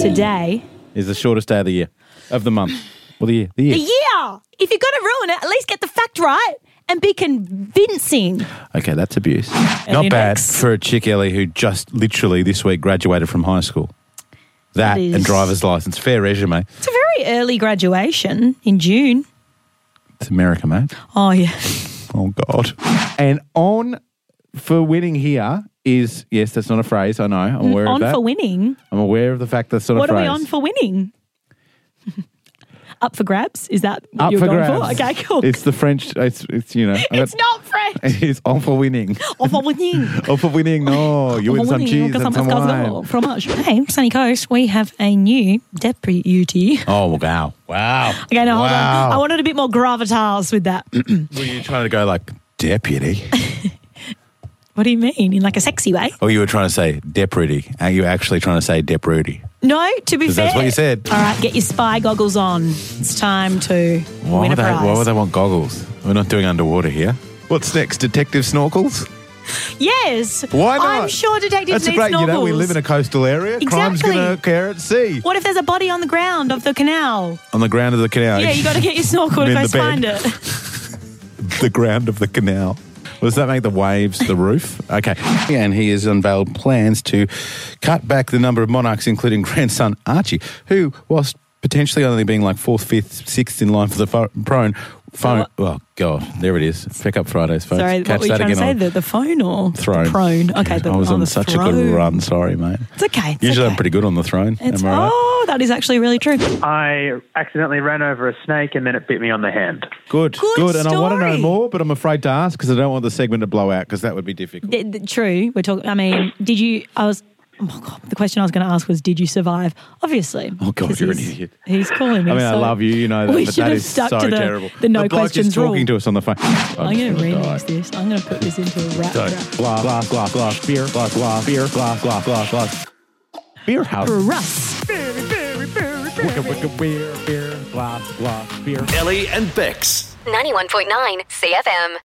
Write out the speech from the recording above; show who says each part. Speaker 1: today.
Speaker 2: Is the shortest day of the year, of the month, or the year, the year.
Speaker 1: The year! If you're going to ruin it, at least get the fact right and be convincing.
Speaker 2: Okay, that's abuse.
Speaker 1: Ellie
Speaker 2: Not bad
Speaker 1: Knox.
Speaker 2: for a chick, Ellie, who just literally this week graduated from high school. That
Speaker 1: That is-
Speaker 2: and driver's license, fair resume.
Speaker 1: It's a very early graduation in June.
Speaker 2: It's America, mate.
Speaker 1: Oh, yeah.
Speaker 2: Oh God. And on for winning here is yes, that's not a phrase. I know. I'm aware of
Speaker 1: Mm, on
Speaker 2: that.
Speaker 1: for winning.
Speaker 2: I'm aware of the fact that's not
Speaker 1: What
Speaker 2: a
Speaker 1: are
Speaker 2: phrase.
Speaker 1: we on for winning? Up for grabs? Is that what
Speaker 2: Up
Speaker 1: you're
Speaker 2: for
Speaker 1: going
Speaker 2: grabs.
Speaker 1: for? Okay, cool.
Speaker 2: It's uh, the French. It's it's you know. I
Speaker 1: It's not French.
Speaker 2: It's on for winning.
Speaker 1: on for winning.
Speaker 2: on for winning. No, you win
Speaker 1: Good
Speaker 2: some
Speaker 1: morning,
Speaker 2: cheese
Speaker 1: Uncle
Speaker 2: and
Speaker 1: Sam
Speaker 2: some
Speaker 1: Pascal's
Speaker 2: wine.
Speaker 1: Fromage. Hey, Sunny Coast, we have a new deputy.
Speaker 2: Oh wow! Wow.
Speaker 1: Okay, no, hold
Speaker 2: wow.
Speaker 1: on. I wanted a bit more gravitas with that.
Speaker 2: Were you trying to go like deputy?
Speaker 1: what do you mean? In like a sexy way?
Speaker 2: or you were trying to say deputy? Are you actually trying to say deputy?
Speaker 1: No, to be
Speaker 2: 'Cause
Speaker 1: fair.
Speaker 2: that's what you said.
Speaker 1: All right, get your spy goggles on. It's time to
Speaker 2: Why
Speaker 1: win a
Speaker 2: would, they,
Speaker 1: prize.
Speaker 2: why would they want goggles? We're not doing underwater here. What's next? Detective snorkels?
Speaker 1: Yes.
Speaker 2: Why not?
Speaker 1: I'm sure detectives
Speaker 2: That's a
Speaker 1: need
Speaker 2: great, you know, we
Speaker 1: snorkels.
Speaker 2: live in a coastal area. Crime's
Speaker 1: Exactly.
Speaker 2: going to occur at sea.
Speaker 1: What if there's a body on the ground of the canal?
Speaker 2: On the ground of the canal.
Speaker 1: Yeah, you got to get your snorkel to
Speaker 2: In
Speaker 1: go
Speaker 2: the bed.
Speaker 1: find it.
Speaker 2: the ground of the canal. Well, Does that make the waves the roof? Okay. And he has unveiled plans to cut back the number of monarchs, including grandson Archie, who, whilst potentially only being like fourth, fifth, sixth in line for the fo- throne, phone. Oh, God, there it is. Pick up Fridays, folks.
Speaker 1: Sorry,
Speaker 2: Catch
Speaker 1: what were you
Speaker 2: that
Speaker 1: trying to
Speaker 2: again
Speaker 1: say?
Speaker 2: on
Speaker 1: The, the phone or
Speaker 2: Throne.
Speaker 1: The prone. Okay, the,
Speaker 2: I was on,
Speaker 1: the
Speaker 2: such a
Speaker 1: throne.
Speaker 2: good run. Sorry, mate.
Speaker 1: It's okay. it's
Speaker 2: Usually I'm
Speaker 1: okay.
Speaker 2: pretty good on the throne.
Speaker 1: It's,
Speaker 2: Am I right?
Speaker 1: Oh, that is actually really true.
Speaker 3: I accidentally ran over a snake and then it bit me on the hand.
Speaker 2: Good,
Speaker 1: Good
Speaker 2: And I want to know
Speaker 1: story.
Speaker 2: more, but I'm afraid to ask because I don't want the segment to blow out because that would be difficult.
Speaker 1: Th- th- true. We're talking. I mean, did you? I was. Oh my god. The question I was going to ask was, did you survive? Obviously.
Speaker 2: Oh, God,
Speaker 1: 'cause
Speaker 2: you're an
Speaker 1: he's-
Speaker 2: idiot.
Speaker 1: He's calling me.
Speaker 2: I mean, I
Speaker 1: so-
Speaker 2: love you, you know that,
Speaker 1: we
Speaker 2: but
Speaker 1: should
Speaker 2: that
Speaker 1: have
Speaker 2: is
Speaker 1: stuck
Speaker 2: so
Speaker 1: to the,
Speaker 2: terrible.
Speaker 1: the no
Speaker 2: bloke
Speaker 1: questions
Speaker 2: is talking
Speaker 1: rule. Oh,
Speaker 2: to Oh us on the phone.
Speaker 1: I'm going to
Speaker 2: die.
Speaker 1: remix this. I'm going to put this into a rap.
Speaker 2: So,
Speaker 1: rap.
Speaker 2: Glass, glass, glass, glass, beer, glass, glass, beer, glass, glass, glass, glass. Beer house.
Speaker 1: Russ.
Speaker 2: Wicca, wicca, beer, beer, glass, glass, beer.
Speaker 4: Ellie and Bex.
Speaker 5: 91.9 CFM.